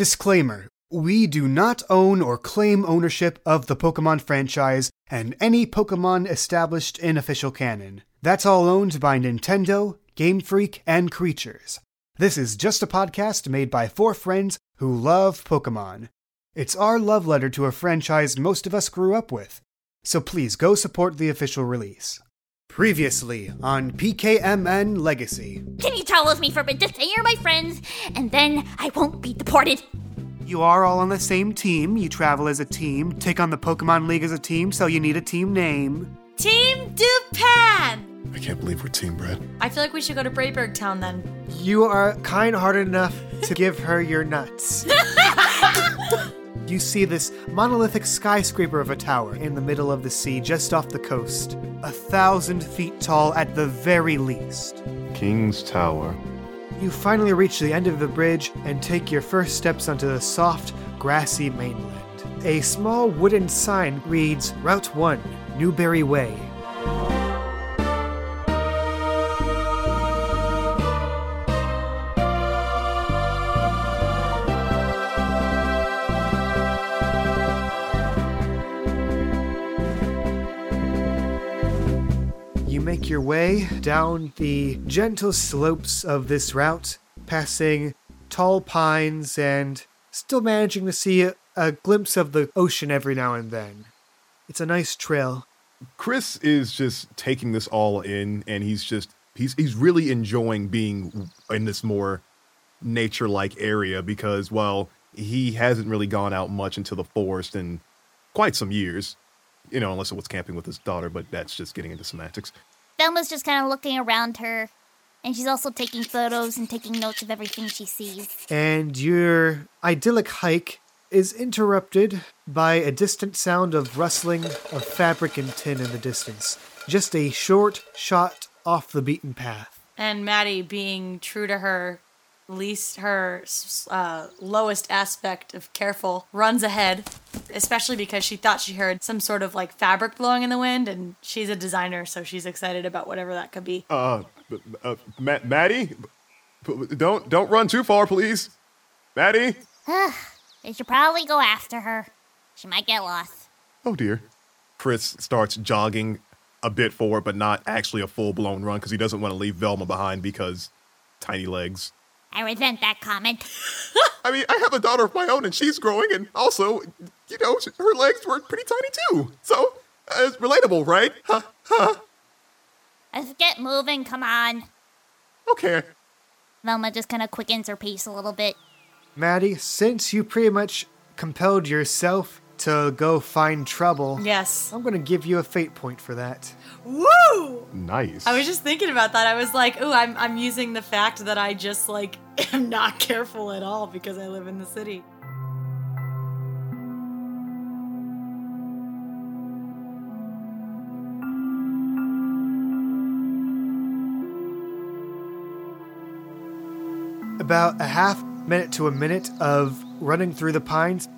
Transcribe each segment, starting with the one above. Disclaimer We do not own or claim ownership of the Pokemon franchise and any Pokemon established in official canon. That's all owned by Nintendo, Game Freak, and Creatures. This is just a podcast made by four friends who love Pokemon. It's our love letter to a franchise most of us grew up with. So please go support the official release. Previously on PKMN Legacy. Can you travel with me for a bit? Just say you're my friends, and then I won't be deported. You are all on the same team. You travel as a team, take on the Pokemon League as a team, so you need a team name. Team Dupan! I can't believe we're team bred. I feel like we should go to Brayburg Town then. You are kind hearted enough to give her your nuts. you see this monolithic skyscraper of a tower In the middle of the sea, just off the coast, a thousand feet tall at the very least. King's Tower. You finally reach the end of the bridge and take your first steps onto the soft, grassy mainland. A small wooden sign reads Route 1, Newberry Way. You make your way down the gentle slopes of this route, passing tall pines and still managing to see a, a glimpse of the ocean every now and then. It's a nice trail. Chris is just taking this all in and he's just he's he's really enjoying being in this more nature-like area because well, he hasn't really gone out much into the forest in quite some years. You know, unless it was camping with his daughter, but that's just getting into semantics. Velma's just kind of looking around her, and she's also taking photos and taking notes of everything she sees. And your idyllic hike is interrupted by a distant sound of rustling of fabric and tin in the distance. Just a short shot off the beaten path. And Maddie being true to her least her s- uh, lowest aspect of careful runs ahead especially because she thought she heard some sort of like fabric blowing in the wind and she's a designer so she's excited about whatever that could be Uh, b- uh Ma- Maddie, B- don't don't run too far, please. Maddie. They should probably go after her. She might get lost. Oh dear. Chris starts jogging a bit forward, but not actually a full blown run because he doesn't want to leave Velma behind because tiny legs. I resent that comment. I mean, I have a daughter of my own and she's growing, and also, you know, sh- her legs were pretty tiny too. So uh, it's relatable, right? Huh. Let's get moving, come on. Okay. Velma just kind of quickens her pace a little bit. Maddie, since you pretty much compelled yourself to go find trouble, yes I'm going to give you a fate point for that. woo Nice. i was just thinking about that i was like ooh i'm, I'm using the fact that i just like am not careful at all because i live in the city About a half minute to a minute of running through the pines,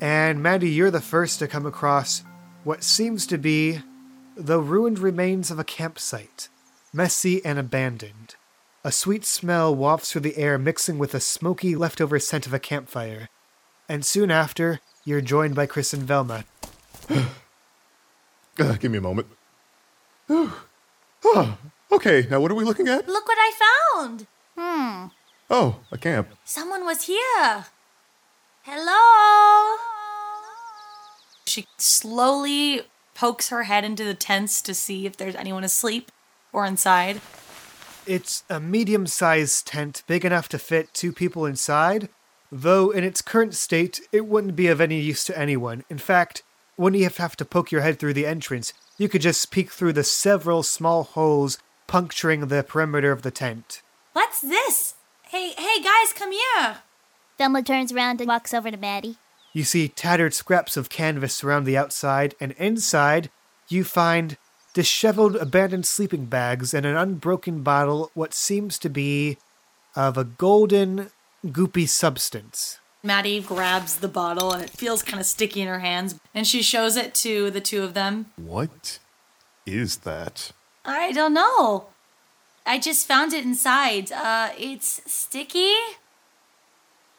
and Maddie, you're the first to come across what seems to be the ruined remains of a campsite, messy and abandoned. A sweet smell wafts through the air, mixing with a smoky leftover scent of a campfire. And soon after, you're joined by Chris and Velma. Uh, give me a moment. Huh. okay, now what are we looking at? look what i found Oh, a camp. Someone was here. Hello. She slowly pokes her head into the tents to see if there's anyone asleep or inside. It's a medium sized tent, big enough to fit two people inside, though in its current state, it wouldn't be of any use to anyone. In fact, wouldn't you have to poke your head through the entrance? You could just peek through the several small holes puncturing the perimeter of the tent. What's this? Hey, hey guys, come here. Velma turns around and walks over to Maddie. You see tattered scraps of canvas around the outside, and inside, you find disheveled, abandoned sleeping bags and an unbroken bottle, what seems to be of a golden, goopy substance. Maddie grabs the bottle and it feels kind of sticky in her hands and she shows it to the two of them. What is that? I don't know. I just found it inside. Uh it's sticky.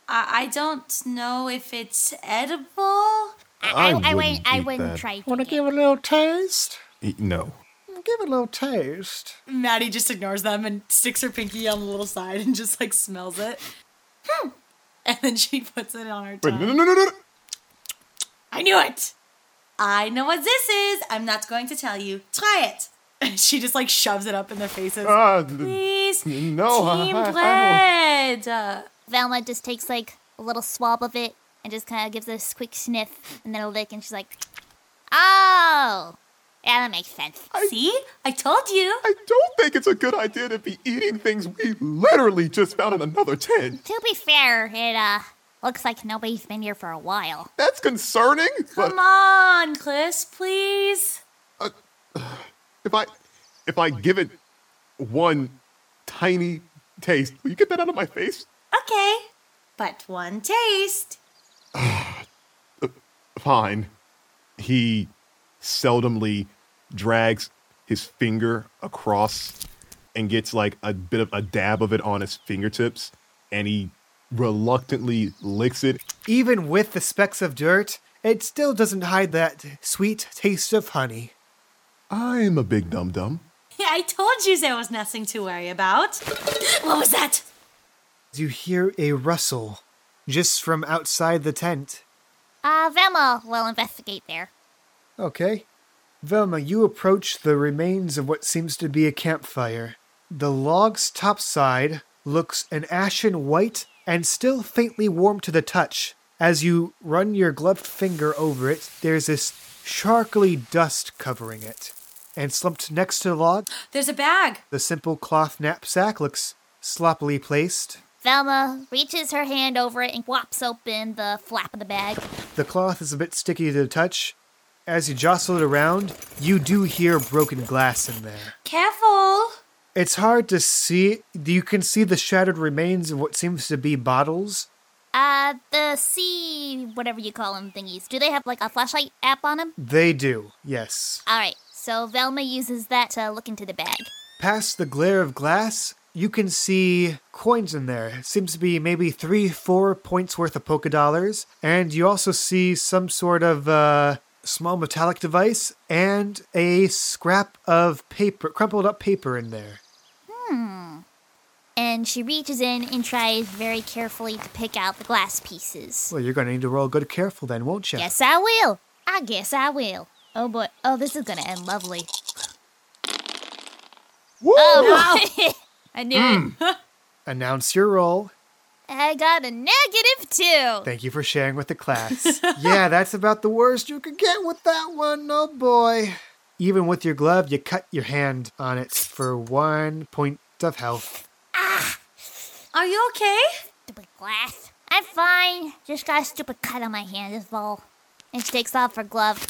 I, I don't know if it's edible. I, I, I wouldn't wouldn't. I eat wouldn't that. try. Want to doing give it a little taste? E- No. Give it a little taste. Maddie just ignores them and sticks her pinky on the little side and just like smells it. Hmm. And then she puts it on her Wait, no, tongue. no, no, no, no. I knew it. I know what this is. I'm not going to tell you. Try it. And she just like shoves it up in their faces. Ah, th- th- Please, no, I- team I- I don't- bread. Uh, it. Velma just takes like a little swab of it and just kind of gives it a quick sniff and then a lick, and she's like, "Oh, yeah, that makes sense." Uh, See, I told you. I don't think it's a good idea to be eating things we literally just found in another tin. To be fair, it uh looks like nobody's been here for a while. That's concerning. But Come on, Chris, please. if I if I give it one tiny taste, will you get that out of my face? Okay, but one taste. Fine. He seldomly drags his finger across and gets like a bit of a dab of it on his fingertips, and he reluctantly licks it Even with the specks of dirt, it still doesn't hide that sweet taste of honey. I'm a big dum dum. I told you there was nothing to worry about. What was that? You hear a rustle just from outside the tent. Uh, Velma will investigate there. Okay. Velma, you approach the remains of what seems to be a campfire. The log's topside looks an ashen white and still faintly warm to the touch. As you run your gloved finger over it, there's this sharkly dust covering it. And slumped next to the log, There's a bag. the simple cloth knapsack looks sloppily placed. Velma reaches her hand over it and whops open the flap of the bag. The cloth is a bit sticky to the touch. As you jostle it around, you do hear broken glass in there. Careful. It's hard to see. You can see the shattered remains of what seems to be bottles. Uh, the sea, whatever you call them thingies. Do they have like a flashlight app on them? They do, yes. All right, so Velma uses that to look into the bag. Past the glare of glass, you can see coins in there. Seems to be maybe three, four points worth of polka dollars. And you also see some sort of uh, small metallic device and a scrap of paper, crumpled up paper in there. And she reaches in and tries very carefully to pick out the glass pieces. Well, you're going to need to roll good careful then, won't you? Yes, I will. I guess I will. Oh boy. Oh, this is gonna end lovely. Oh, I knew it. Announce your roll. I got a negative two. Thank you for sharing with the class. yeah, that's about the worst you could get with that one. Oh boy. Even with your glove, you cut your hand on it for one point of health. Are you okay? Stupid glass. I'm fine. Just got a stupid cut on my hand, is all. And she takes off her glove.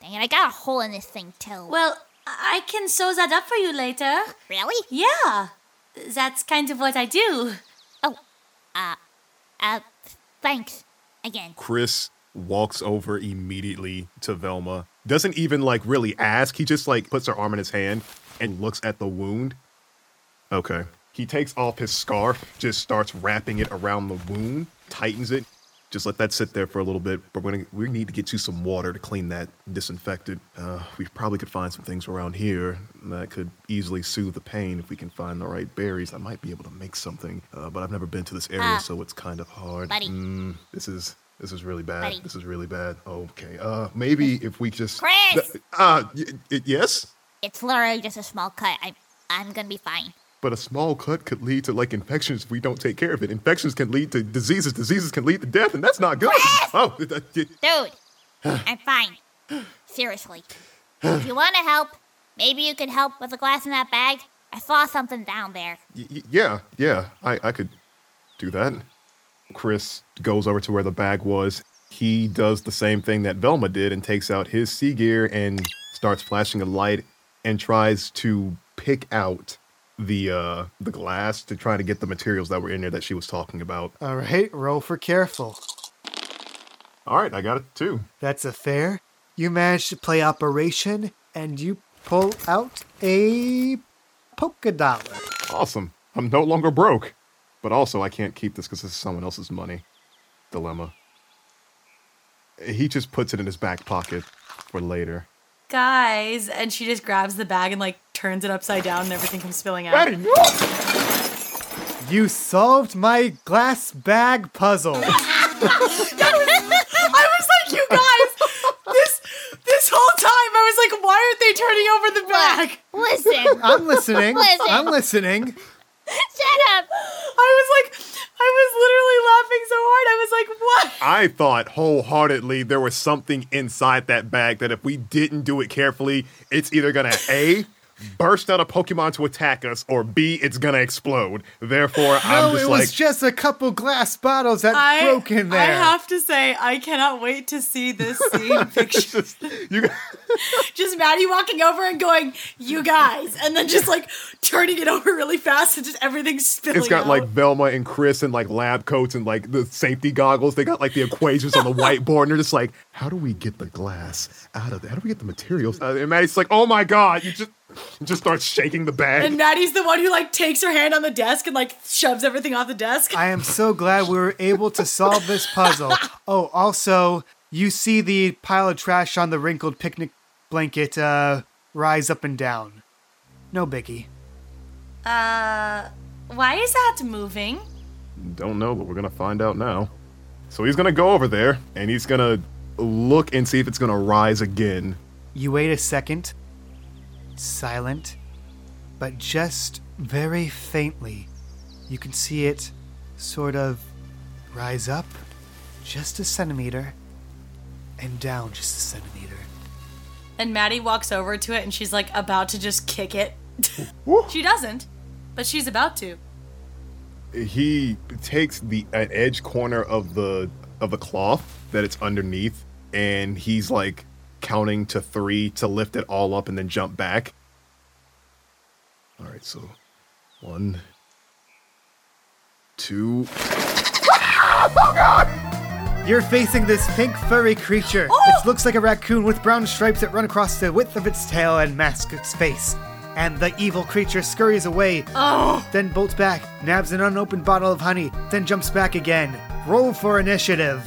Dang it, I got a hole in this thing too. Well, I can sew that up for you later. really? Yeah, that's kind of what I do. Oh, uh, uh, thanks. Again. Chris walks over immediately to Velma. Doesn't even like really ask. He just like puts her arm in his hand and looks at the wound. Okay. He takes off his scarf, just starts wrapping it around the wound, tightens it. Just let that sit there for a little bit. But we're gonna, we need to get you some water to clean that, disinfect it. Uh, we probably could find some things around here that could easily soothe the pain if we can find the right berries. I might be able to make something, uh, but I've never been to this area, Ah. so it's kind of hard. Buddy. Mm, this is this is really bad. Buddy. This is really bad. Okay. Uh, maybe if we just. Chris! Uh, y- y- yes. It's literally just a small cut. I'm, I'm gonna be fine. But a small cut could lead to like infections if we don't take care of it. Infections can lead to diseases. Diseases can lead to death, and that's not good. Oh, th- th- th- Dude, I'm fine. Seriously. If you want to help, maybe you could help with the glass in that bag. I saw something down there. y- y- yeah, yeah. I I could do that. Chris goes over to where the bag was. He does the same thing that Velma did and takes out his sea gear and starts flashing a light and tries to pick out the uh the glass to try to get the materials that were in there that she was talking about. All right, roll for careful. All right, I got it too. That's a fair. You manage to play Operation and you pull out a polka dollar. Awesome. I'm no longer broke. But also, I can't keep this because this is someone else's money. dilemma. He just puts it in his back pocket for later. Guys, and she just grabs the bag and like turns it upside down and everything comes spilling out. You solved my glass bag puzzle. I was like, you guys, this this whole time I was like, why aren't they turning over the bag? Listen, I'm listening. Listen. I'm listening. shut up. I was like, I was literally laughing so hard. I was like, what? I thought wholeheartedly there was something inside that bag that if we didn't do it carefully, it's either gonna A, burst out a Pokemon to attack us, or B, it's gonna explode. Therefore, No, I'm Oh, it just was like, just a couple glass bottles that broke in there. I have to say, I cannot wait to see this scene picture. you, just Maddie walking over and going, "You guys," and then just like turning it over really fast and just everything spilling. it's got out. like Velma and Chris and like lab coats and like the safety goggles. They got like the equations on the whiteboard, and they're just like, how do we get the glass out of there? How do we get the materials? Out of there? And Maddie's like, oh my god, you just you just start shaking the bag. And Maddie's the one who like takes her hand on the desk and like shoves everything off the desk. I am so glad we were able to solve this puzzle. Oh, also, you see the pile of trash on the wrinkled picnic blanket uh, rise up and down. No biggie. Why is that moving? Don't know, but we're gonna find out now. So he's gonna go over there and he's gonna look and see if it's gonna rise again. You wait a second, silent, but just very faintly. You can see it sort of rise up just a centimeter and down just a centimeter. And Maddie walks over to it and she's like about to just kick it. she doesn't, but she's about to. He takes the an edge corner of the of the cloth that it's underneath and he's like counting to 3 to lift it all up and then jump back. All right, so one, two. You're facing this pink furry creature. It looks like a raccoon with brown stripes that run across the width of its tail and mask its face. And the evil creature scurries away, then bolts back, nabs an unopened bottle of honey, then jumps back again. Roll for initiative.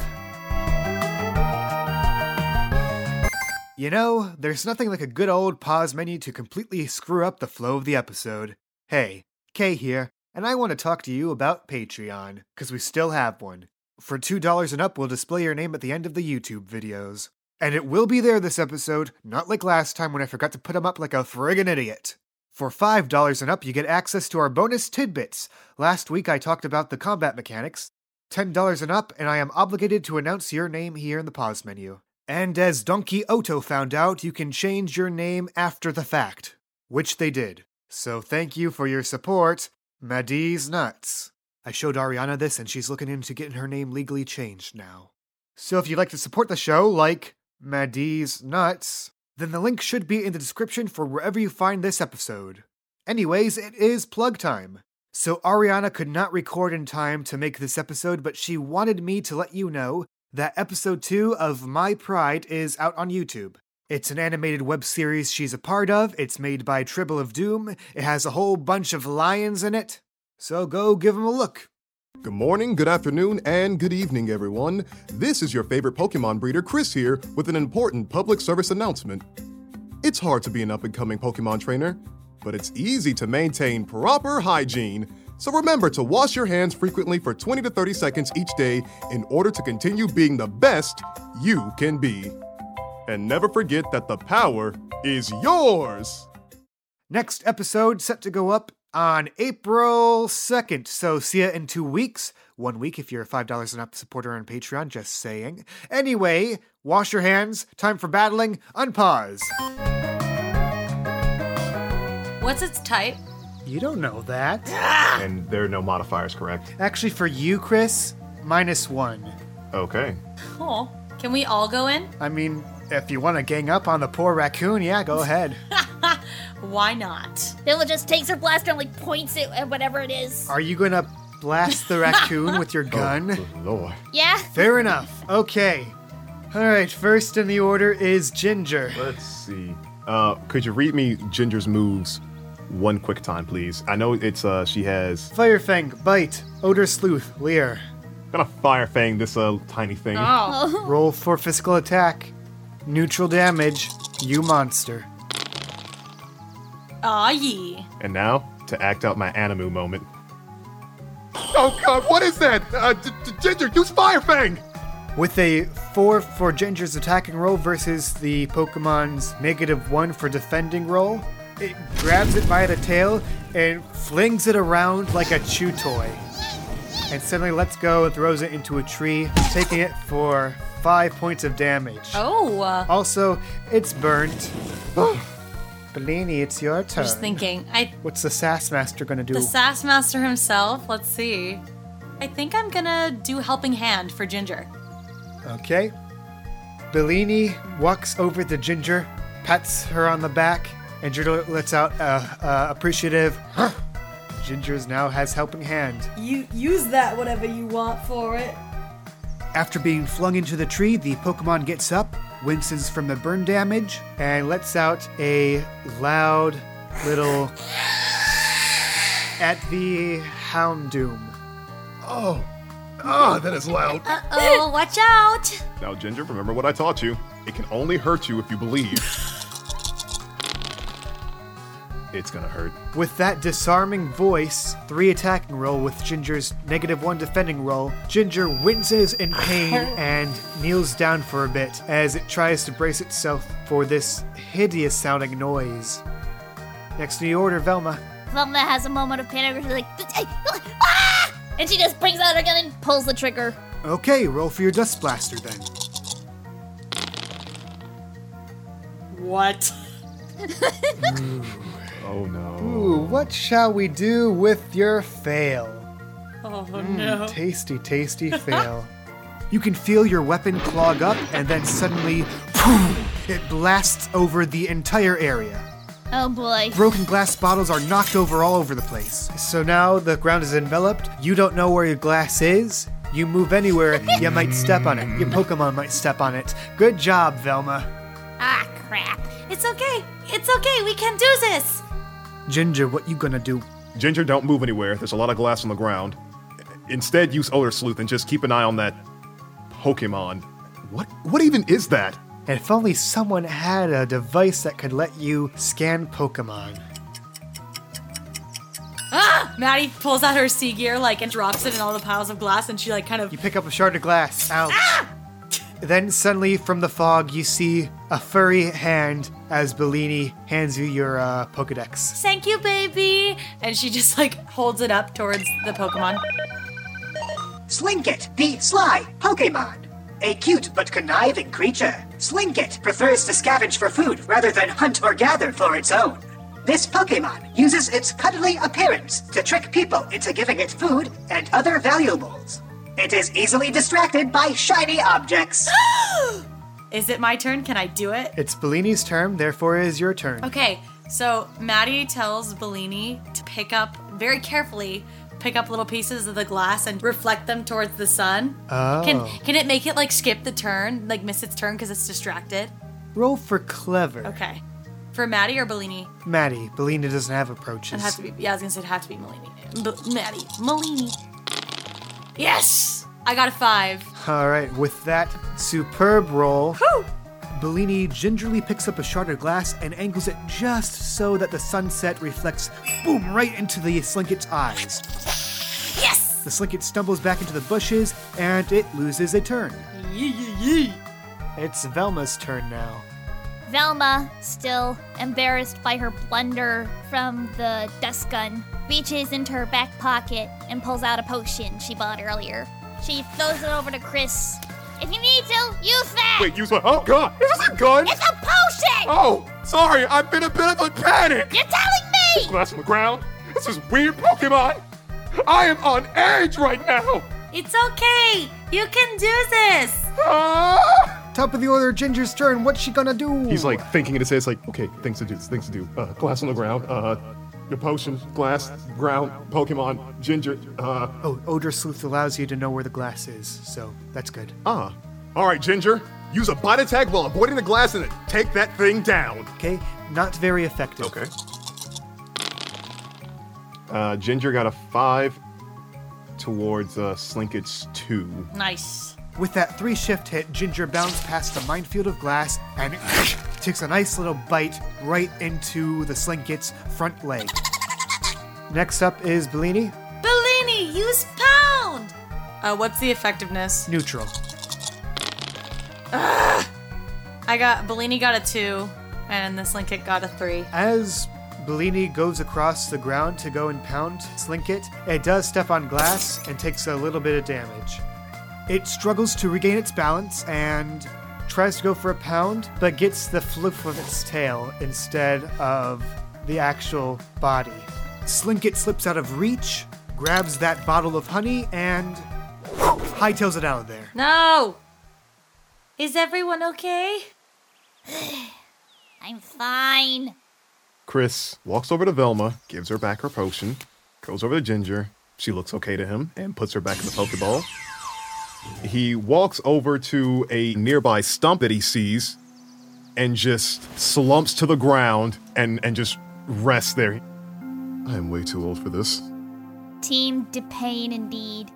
You know, there's nothing like a good old pause menu to completely screw up the flow of the episode. Hey, Kay here, and I want to talk to you about Patreon, because we still have one. For $2 and up, we'll display your name at the end of the YouTube videos. And it will be there this episode, not like last time when I forgot to put them up like a friggin' idiot. For $5 and up, you get access to our bonus tidbits. Last week, I talked about the combat mechanics. $10 and up, and I am obligated to announce your name here in the pause menu. And as Donkey Otto found out, you can change your name after the fact, which they did. So thank you for your support, Madiz Nuts. I showed Ariana this, and she's looking into getting her name legally changed now. So if you'd like to support the show, like Maddie's Nuts, then the link should be in the description for wherever you find this episode. Anyways, it is plug time. So Ariana could not record in time to make this episode, but she wanted me to let you know that episode 2 of My Pride is out on YouTube. It's an animated web series she's a part of. It's made by Tribble of Doom. It has a whole bunch of lions in it. So go give them a look. Good morning, good afternoon, and good evening, everyone. This is your favorite Pokemon breeder, Chris, here with an important public service announcement. It's hard to be an up and coming Pokemon trainer, but it's easy to maintain proper hygiene. So remember to wash your hands frequently for 20 to 30 seconds each day in order to continue being the best you can be. And never forget that the power is yours! Next episode set to go up on April 2nd. So see ya in two weeks. One week if you're a $5 and up supporter on Patreon, just saying. Anyway, wash your hands. Time for battling. Unpause. What's its type? You don't know that. And there are no modifiers, correct? Actually, for you, Chris, minus one. Okay. Cool. Can we all go in? I mean, if you want to gang up on the poor raccoon, yeah, go ahead. Why not? Villa just takes her blaster and like points it at whatever it is. Are you going to blast the raccoon with your gun? Lord. Yeah. Fair enough. Okay. All right, first in the order is Ginger. Let's see. Uh, could you read me Ginger's moves one quick time, please? I know it's uh she has Firefang, Bite, Odor Sleuth, Leer. gonna fire fang this uh, tiny thing. Oh. Roll for physical attack. Neutral damage. You monster. Aw, ye. And now to act out my animu moment. Oh God! What is that? Uh, d- d- Ginger, use fire fang. With a 4 for Ginger's attacking roll versus the Pokemon's negative 1 for defending roll, it grabs it by the tail and flings it around like a chew toy. And suddenly lets go and throws it into a tree, taking it for 5 points of damage. Oh. uh, Also, it's burnt. Bellini, it's your turn. Just thinking. I What's the Sass Master gonna do? the sass master himself. Let's see. I think I'm gonna do helping hand for Ginger. Okay. Bellini walks over to Ginger, pats her on the back, and Ginger lets out a, a appreciative. Ginger's now has helping hand. You use that whatever you want for it. After being flung into the tree, the Pokemon gets up, winces from the burn damage, and lets out a loud little at the Houndoom. Ah, that is loud. Oh, watch out! Now, Ginger, remember what I taught you. It can only hurt you if you believe. it's gonna hurt. With that disarming voice, three attacking roll with Ginger's negative one defending roll, Ginger winces in pain and kneels down for a bit as it tries to brace itself for this hideous sounding noise. Next in the order, Velma. Velma has a moment of panic where she's like, ah! and she just brings out her gun and pulls the trigger. Okay, roll for your Dust Blaster then. What? Oh no. Ooh, what shall we do with your fail? Oh no. Tasty, tasty fail. You can feel your weapon clog up, and then suddenly, boom, it blasts over the entire area. Oh boy. Broken glass bottles are knocked over all over the place. So now the ground is enveloped. You don't know where your glass is. You move anywhere, you might step on it. Your Pokemon might step on it. Good job, Velma. Ah, crap. It's okay. It's okay. We can do this. Ginger, what you gonna do? Ginger, don't move anywhere. There's a lot of glass on the ground. Instead, use Odor Sleuth and just keep an eye on that Pokemon. What? What even is that? And if only someone had a device that could let you scan Pokemon. Ah! Maddie pulls out her sea gear like and drops it in all the piles of glass, and she like kind of You pick up a shard of glass. Ouch. Then suddenly, from the fog, you see a furry hand as Bellini hands you your uh, Pokedex. thank you, baby, and she just like holds it up towards the Pokemon. Slinket, the sly Pokemon. A cute but conniving creature, Slinket prefers to scavenge for food rather than hunt or gather for its own. This Pokemon uses its cuddly appearance to trick people into giving it food and other valuables. It is easily distracted by shiny objects. Is it my turn? Can I do it? It's Bellini's turn, therefore it is your turn. Okay, so Maddie tells Bellini to pick up very carefully, pick up little pieces of the glass and reflect them towards the sun. Oh. Can can it make it like skip the turn, like miss its turn because it's distracted? Roll for clever. Okay. For Maddie or Bellini? Maddie, Belina doesn't have It approaches. has to be. Yeah, I was gonna say it has to be Malini. B- Maddie, Malini. Yes, I got a five. All right, with that superb roll, Whew! Bellini gingerly picks up a shard of glass and angles it just so that the sunset reflects, boom, right into the slinket's eyes. Yes. The slinket stumbles back into the bushes and it loses a turn. Yee yee yee. It's Velma's turn now. Velma, still embarrassed by her blunder from the dust gun, reaches into her back pocket and pulls out a potion she bought earlier. She throws it over to Chris. If you need to, use that! Wait, use my. Oh God! Is this a gun? It's a potion! Oh, sorry. I've been a bit of a panic. You're telling me! Glass on the ground. This is weird, Pokemon. I am on edge right now. It's okay. You can do this. Ah! Top of the order, Ginger's turn. What's she gonna do? He's like thinking in his head, it's like, okay, things to do, things to do. Uh, glass on the ground, uh, the potion, glass, ground, Pokemon, ginger, uh, Oh, Odor Sleuth allows you to know where the glass is, so that's good. ah. All right, Ginger, use a bite attack while avoiding the glass and take that thing down. Okay, not very effective. Uh, Ginger got a five, towards uh, Slinkage 2. Nice. With that three shift hit, Ginger bounds past the minefield of glass and takes a nice little bite right into the Slinkit's front leg. Next up is Bellini, Bellini, use pound. Uh, what's the effectiveness? neutral. I got Bellini got a two, and this Linkit got a three. As Bellini goes across the ground to go and pound Slinkit, it does step on glass and takes a little bit of damage. It struggles to regain its balance and tries to go for a pound, but gets the floof of its tail instead of the actual body. Slinkit slips out of reach, grabs that bottle of honey, and hightails it out of there. No. Is everyone okay? I'm fine. Chris walks over to Velma, gives her back her potion, goes over to Ginger. She looks okay to him and puts her back in the Pokeball. He walks over to a nearby stump that he sees and just slumps to the ground and, and just rests there. I am way too old for this. Team DePain indeed.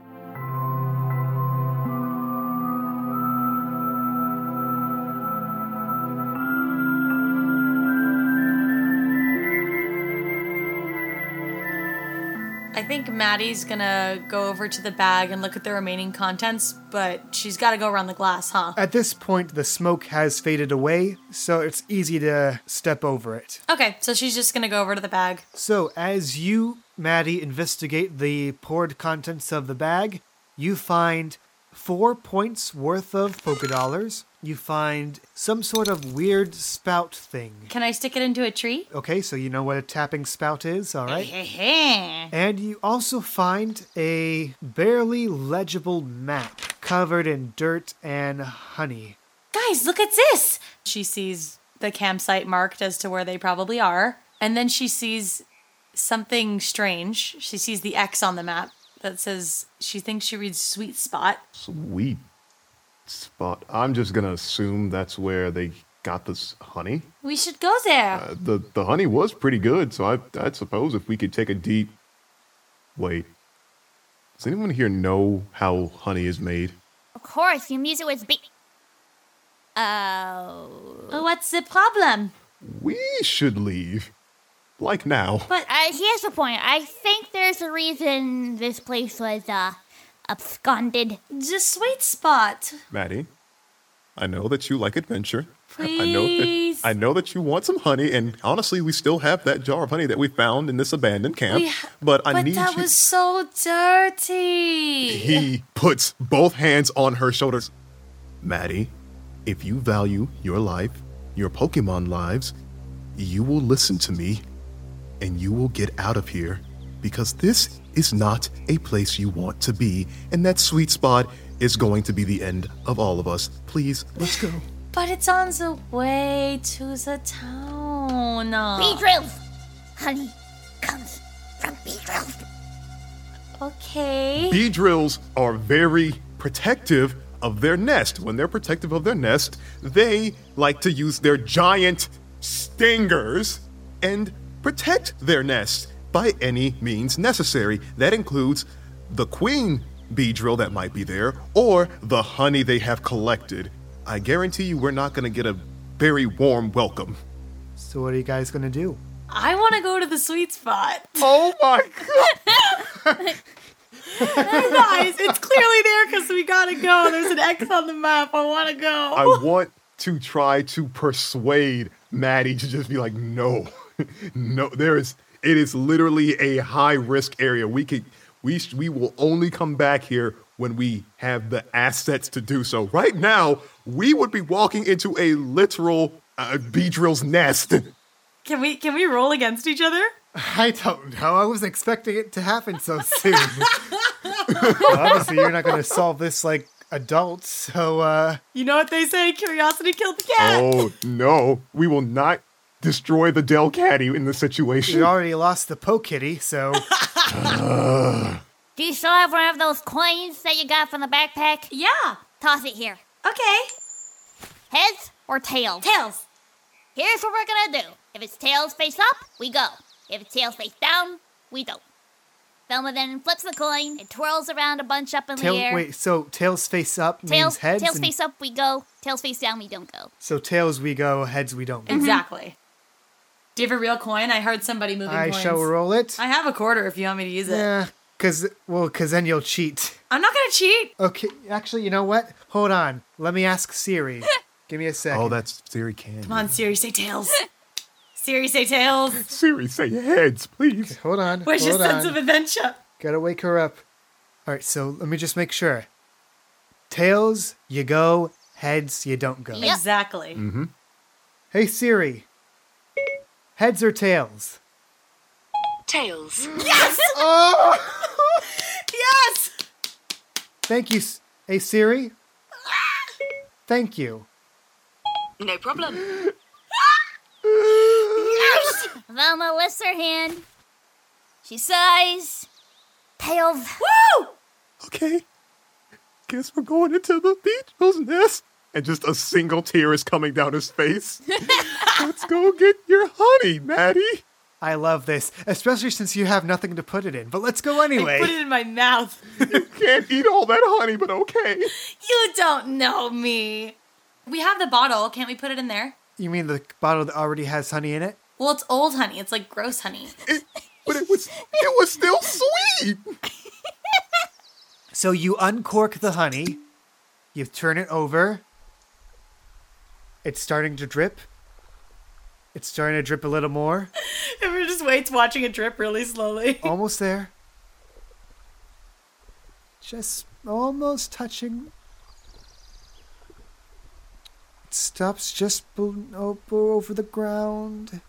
I think Maddie's gonna go over to the bag and look at the remaining contents, but she's got to go around the glass, huh? At this point, the smoke has faded away, so it's easy to step over it. Okay, so she's just gonna go over to the bag. So, as you, Maddie, investigate the poured contents of the bag, you find four points worth of polka dollars. You find some sort of weird spout thing. Can I stick it into a tree? Okay, so you know what a tapping spout is, all right? Hey, And you also find a barely legible map covered in dirt and honey. guys, look at this. She sees the campsite marked as to where they probably are, and then she sees something strange. She sees the X on the map that says she thinks she reads sweet spot. Sweet spot. I'm just gonna assume that's where they got this honey. We should go there. Uh, the the honey was pretty good, so I I suppose if we could take a deep wait. Does anyone here know how honey is made? Of course, your music was beat. Oh. What's the problem? We should leave. Like now. But uh, here's the point. I think there's a reason this place was uh, absconded. The sweet spot. Maddie, I know that you like adventure. I know that Please. I know that you want some honey, and honestly, we still have that jar of honey that we found in this abandoned camp. We ha- but I but need that you. was so dirty. He puts both hands on her shoulders. Maddie, if you value your life, your Pokemon lives, you will listen to me and you will get out of here because this is not a place you want to be. And that sweet spot is going to be the end of all of us. Please, let's go. But it's on the way to the town. Bee drills! Honey comes from bee drills. Okay. Bee drills are very protective of their nest. When they're protective of their nest, they like to use their giant stingers and protect their nest by any means necessary. That includes the queen bee drill that might be there or the honey they have collected. I guarantee you we're not going to get a very warm welcome. So, what are you guys gonna do? I want to go to the sweet spot. Oh my god. Guys, it's clearly there because we gotta go. There's an X on the map. I want to go. I want to try to persuade Maddie to just be like, no, no, there is, it is literally a high risk area. We could, we, sh- we will only come back here when we have the assets to do so. Right now, we would be walking into a literal uh, bee drill's nest. Can we can we roll against each other? I don't know. I was expecting it to happen so soon. Well, obviously, you're not going to solve this like adults. So, uh, You know what they say: curiosity killed the cat. oh no, we will not destroy the Del Caddy in this you situation. already lost the Poe Kitty. So, Do you still have one of those coins that you got from the backpack? Yeah. Toss it here. Okay. Heads or tails? Tails. Here's what we're gonna do. If it's tails face up, we go. If it's tails face down, we don't. Velma then flips the coin. It twirls around a bunch up in Tail, the air. wait, so tails face up Tail- means heads. tails and- face up, we go. Tails face down, we don't go. So tails we go, heads we don't. go. Exactly. Mm-hmm. Do you have a real coin? I heard somebody moving I coins. shall roll it. I have a quarter if you want me to use it. Yeah, cause well, cause then you'll cheat. I'm not gonna cheat. Okay, actually, you know what? Hold on. Let me ask Siri. Give me a second. Oh, that's Siri can. Come on, Siri, say tails. Siri, say tails. Siri, say heads, please. Hold on. Where's your hold sense on. of adventure? Gotta wake her up. All right, so let me just make sure. Tails, you go. Heads, you don't go. Yep. Exactly. Mm. Hey Siri. Heads or tails? Tails. Yes. Thank you. S- Hey Siri. Thank you. No problem. Velma lifts her hand. She sighs. Tails. Woo! Okay. Guess we're going into the beetle's nest. And just a single tear is coming down his face. Let's go get your honey, Maddie. I love this, especially since you have nothing to put it in. But let's go anyway. Put it in my mouth. Can't eat all that honey, but okay. You don't know me. We have the bottle. Can't we put it in there? You mean the bottle that already has honey in it? Well, it's old honey. It's like gross honey. It, but it was it was still sweet. So you uncork the honey, you turn it over. It's starting to drip. It's starting to drip a little more. Everyone just waits, watching it drip really slowly. Almost there. Just almost touching. It stops just bel- o- over the ground.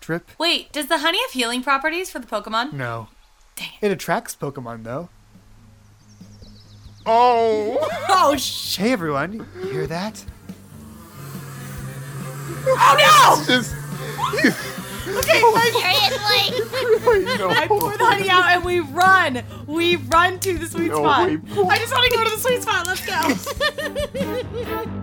Drip. Wait, does the honey have healing properties for the Pokemon? No. Dang It attracts Pokemon though. Oh, Oh sh! Hey everyone, you hear that? Oh just Seriously? wait, no. no! I pour the honey out and we run. We run to the sweet No, spot. we- I just want to go to the sweet spot. Let's go.